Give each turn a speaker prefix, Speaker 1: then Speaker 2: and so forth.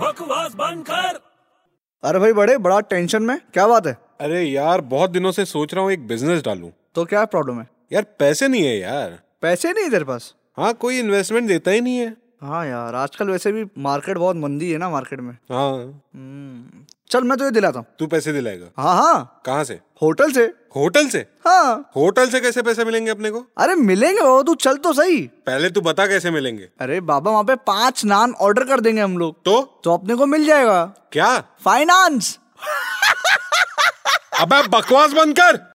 Speaker 1: बकवास बंद कर
Speaker 2: अरे भाई बड़े बड़ा टेंशन में क्या बात है
Speaker 3: अरे यार बहुत दिनों से सोच रहा हूँ एक बिजनेस डालूं
Speaker 2: तो क्या प्रॉब्लम है
Speaker 3: यार पैसे नहीं है यार
Speaker 2: पैसे नहीं तेरे पास
Speaker 3: हाँ कोई इन्वेस्टमेंट देता ही नहीं है
Speaker 2: हाँ यार आजकल वैसे भी मार्केट बहुत मंदी है ना मार्केट में
Speaker 3: हाँ
Speaker 2: हम्म, चल मैं तुझे दिलाता हूँ
Speaker 3: तू पैसे दिलाएगा
Speaker 2: हाँ हाँ
Speaker 3: कहाँ से
Speaker 2: होटल से
Speaker 3: होटल से
Speaker 2: हाँ
Speaker 3: होटल से कैसे पैसे मिलेंगे अपने को
Speaker 2: अरे मिलेंगे बाबा तू चल तो सही
Speaker 3: पहले तू बता कैसे मिलेंगे
Speaker 2: अरे बाबा वहाँ पे पांच नान ऑर्डर कर देंगे हम लोग
Speaker 3: तो
Speaker 2: तो अपने को मिल जाएगा
Speaker 3: क्या
Speaker 2: फाइनेंस
Speaker 3: अबे बकवास बंद कर